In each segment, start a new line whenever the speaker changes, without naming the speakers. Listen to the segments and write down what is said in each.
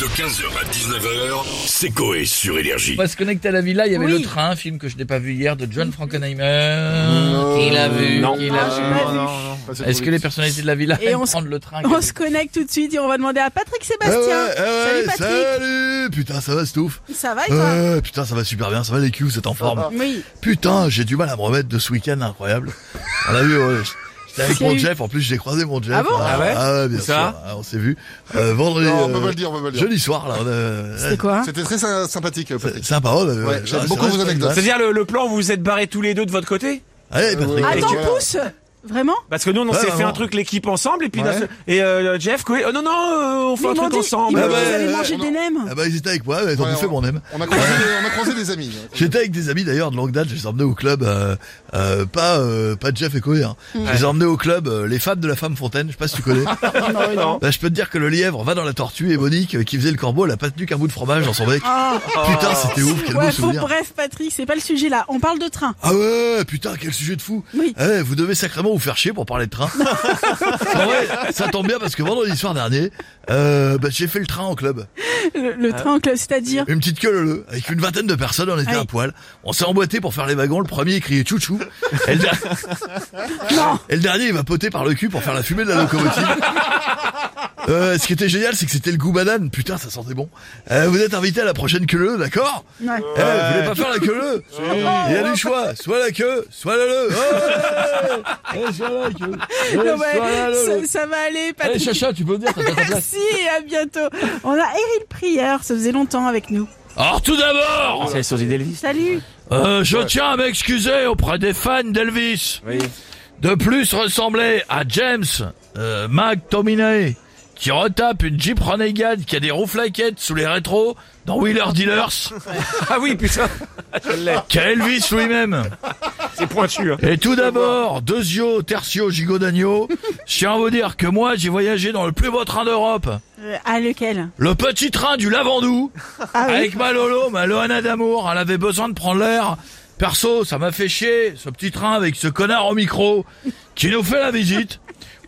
De 15h à 19h, c'est Coé sur Énergie.
On va se connecter à la villa. Il y avait
Oui.
le train, film que je n'ai pas vu hier de John Frankenheimer.
Il a vu,
Non.
il a
Ah, j'ai
vu.
pas vu.
Est-ce que les personnalités de la villa
Et
aiment
on se-
prendre le train
On se connecte tout de suite et on va demander à Patrick
Eh ouais,
Sébastien.
eh ouais,
Salut Patrick.
salut Putain, ça va, c'est ouf
Ça va et toi
Ouais, Putain, ça va super bien, ça va les culs, c'est en forme.
Oui.
Putain, j'ai du mal à me remettre de ce week-end incroyable. On a vu, ouais, j'étais avec
Il y a
mon
eu-
Jeff, en plus j'ai croisé mon Jeff.
Ah bon
Ah ouais
bien
Où
sûr,
ça
ah, on s'est vu. Euh, vendredi,
Non, on peut
euh,
pas le dire, on peut pas le dire.
jeudi soir, là, on a... euh,
C'est quoi hein
C'était très sy- sympathique, Patrick.
Sympa, on a-
Ouais,
ouais,
j'aime
c'est
beaucoup
vrai,
vos
c'est
anecdotes.
vrai.
C'est-à-dire le, le plan où vous vous êtes barrés tous les deux de votre côté
Allez, Patrick.
Ouais,
Attends,
ouais.
pousse Vraiment
Parce que nous on
Ouais,
s'est fait
vraiment.
un truc l'équipe ensemble et puis
Ouais.
d'un seul- et euh, Jeff quoi Oh non non, euh, on fait
Mais
un
ils m'ont
truc
dit, ils
ensemble.
m'ont
Ah
dit,
bah,
vous allez
ouais,
manger
on
des nems.
Ah bah, ils étaient avec moi, mais ils ont
Ouais,
bouffé mon aime.
On a croisé, on a croisé des amis.
J'étais avec des amis d'ailleurs de longue date, je les ai emmenés au club, euh, euh, pas euh, pas Jeff et Coé, hein.
Mm.
je les ai emmenés au club, euh, les femmes de la femme Fontaine, je sais pas si tu connais.
non.
Bah, je peux te dire que le lièvre va dans la tortue et Monique, euh, qui faisait le corbeau, elle a pas tenu qu'un bout de fromage dans son bec.
Ah.
Putain, bah, c'était ouf, quel beau
Ouais, faut-
souvenir.
bref, Patrick, c'est pas le sujet là. On parle de train.
Ah ouais, putain, quel sujet de fou.
Oui.
Eh, vous devez sacrément vous faire chier pour parler de train. En vrai, ça tombe bien parce que vendredi soir dernier, euh, bah, j'ai fait le train en club.
Le,
Ah.
le train en club, c'est-à-dire.
Une petite queue leu avec une vingtaine de personnes, on était
Aïe.
à poil. On s'est emboîté pour faire les wagons, le premier criait chouchou. Et le, der-
Non
et le dernier il va poter par le cul pour faire la fumée de la locomotive. Euh, ce qui était génial, c'est que c'était le goût banane. Putain, ça sentait bon. Euh, vous êtes invité à la prochaine queue leu, d'accord
Ouais.
Eh, vous voulez pas faire la queue leu Il y a du choix, soit la queue, soit la leu. Ouais. Eh, soit la queue. Eh,
Non,
soit la Eh,
mais
leu.
Ah ça, ça va aller,
Allez,
Patrick.
Chacha, tu peux venir, t'as pas ta place.
Merci et à bientôt. On a Eric Prieur, ça faisait longtemps avec nous.
Alors tout d'abord,
Ah, C'est la sosie d'Elvis.
Salut
euh, je tiens à m'excuser auprès des fans d'Elvis.
Oui.
De plus ressembler à James euh, McTominay qui retape une Jeep Renegade qui a des roues flaquettes sous les rétros dans Wheeler Dealers
Ah oui putain,
qu'à Elvis lui-même.
c'est pointu. hein.
Et tout d'abord, Dezio, Tercio, Gigot d'Agneau, je tiens à vous dire que moi j'ai voyagé dans le plus beau train d'Europe.
Euh, Ah, lequel
Le petit train du Lavandou,
Ah oui.
avec ma Lolo, ma Loana d'amour, elle avait besoin de prendre l'air. Perso, ça m'a fait chier, ce petit train avec ce connard au micro, qui nous fait la visite.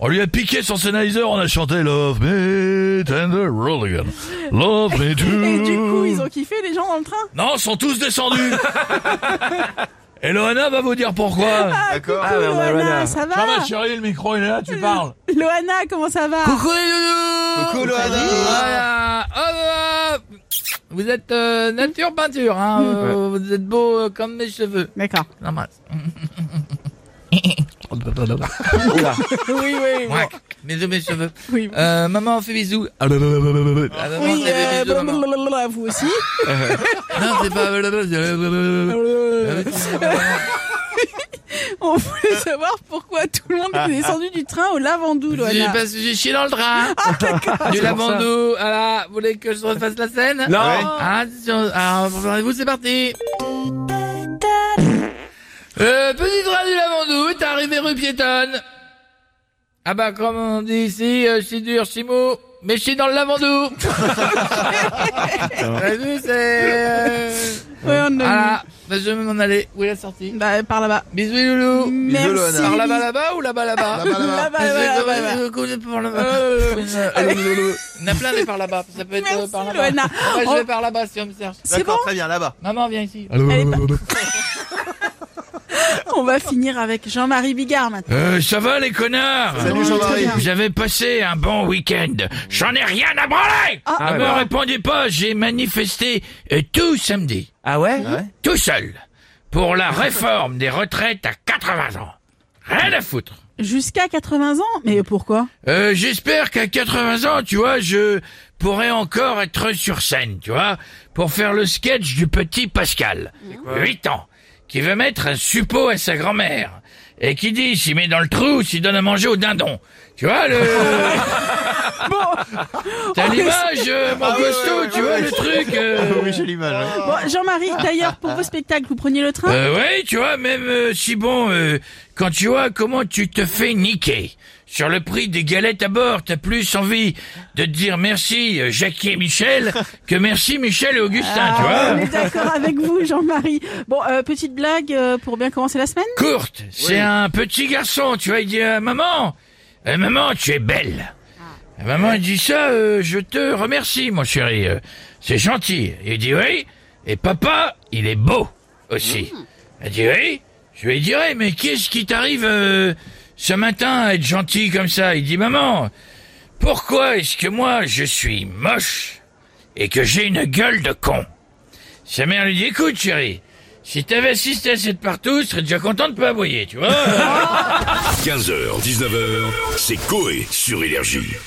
On lui a piqué son Sennheiser, on a chanté Love me tender again. Love me too.
Et du coup, ils ont kiffé les gens dans le train
Non, ils sont tous descendus. Et Loana va vous dire pourquoi.
D'accord.
Ah, ouais, on a Loana.
Loana, ça va
Jean-Baptiste chérie, le micro il est là, tu parles.
Loana, comment ça va
Coucou, Loana.
Voilà. Hop, hop. Vous êtes euh, nature peinture, hein. euh, Vous êtes beau euh, comme mes cheveux.
D'accord.
Non, mince.
Oula.
Oui, oui, oui.
Mouac. Bisous mes cheveux.
Oui.
Euh, maman on fait bisous. Ah,
Ah,
Ah, maman,
Oui,
on fait
euh,
bisous, maman.
blablabla, vous aussi.
Non, c'est pas. euh,
On voulait savoir pourquoi tout le monde est descendu du train au Lavandou,
J'ai
Loana.
parce que j'ai chié dans le train. Du lavandou. Voilà. Vous voulez que je refasse la scène Ah,
Non.
Attention, alors vous c'est parti Le petit train du Lavandou est arrivé rue piétonne. Ah bah comme on dit ici, euh, je suis dur, je suis mou, mais je suis dans le Lavandou. Vous avez vu, c'est... euh,
Ouais, on a
Voilà, bah, je vais m'en aller. Où est la sortie
vu. Bah, par là-bas.
Oh, Bisous les loulous.
Merci.
Par là-bas, là-bas ou là-bas, là-bas
Là-bas, là-bas.
Mmh. Là-bas, là-bas, là-bas, là-bas.
Euh, par là-bas. Euh, euh, Il y en a plein des par là-bas, ça peut être euh,
Merci,
par là-bas.
Loana.
Ouais, je
Oh,
vais par là-bas si on me cherche.
C'est bon,
très bien, là-bas.
Maman, viens ici.
Allez, on va finir avec Jean-Marie Bigard maintenant.
Euh, ça va les connards
Salut, Jean-Marie.
Vous avez passé un bon week-end. J'en ai rien à branler
Ah.
Ne
Ah,
me
ouais.
répondez pas, j'ai manifesté euh, tout samedi,
Ah ouais
tout seul, pour la réforme des retraites à 80 ans. Rien à foutre
Jusqu'à 80 ans Mais pourquoi
Euh, j'espère qu'à 80 ans, tu vois, je pourrais encore être sur scène, tu vois, pour faire le sketch du petit Pascal, 8 ans, qui veut mettre un suppôt à sa grand-mère, et qui dit s'il met dans le trou, s'il donne à manger au dindon. Tu vois, le... T'as l'image, euh, mon costaud, tu vois, le truc... euh,
Bon, Jean-Marie, d'ailleurs, pour vos spectacles, vous preniez le train
Euh, ouais, tu vois, même euh, si bon, euh, quand tu vois comment tu te fais niquer sur le prix des galettes à bord, t'as plus envie de te dire merci euh, Jackie et Michel que merci Michel et Augustin, tu
Ah,
vois.
On est d'accord avec vous, Jean-Marie. Bon, euh, petite blague euh, pour bien commencer la semaine
Courte, c'est un petit garçon, tu vois, il dit euh, maman, euh, maman, tu es belle. Maman, elle dit ça, euh, je te remercie, mon chéri. euh, c'est gentil. Il dit oui. Et papa, il est beau aussi. Elle dit oui. Je lui dirai, mais qu'est-ce qui t'arrive euh, ce matin à être gentil comme ça Il dit, maman, pourquoi est-ce que moi, je suis moche et que j'ai une gueule de con Sa mère lui dit, écoute, chérie, si t'avais assisté à cette partout, tu serais déjà content de pas aboyer, tu vois
15h, 19h, c'est Coé sur Énergie.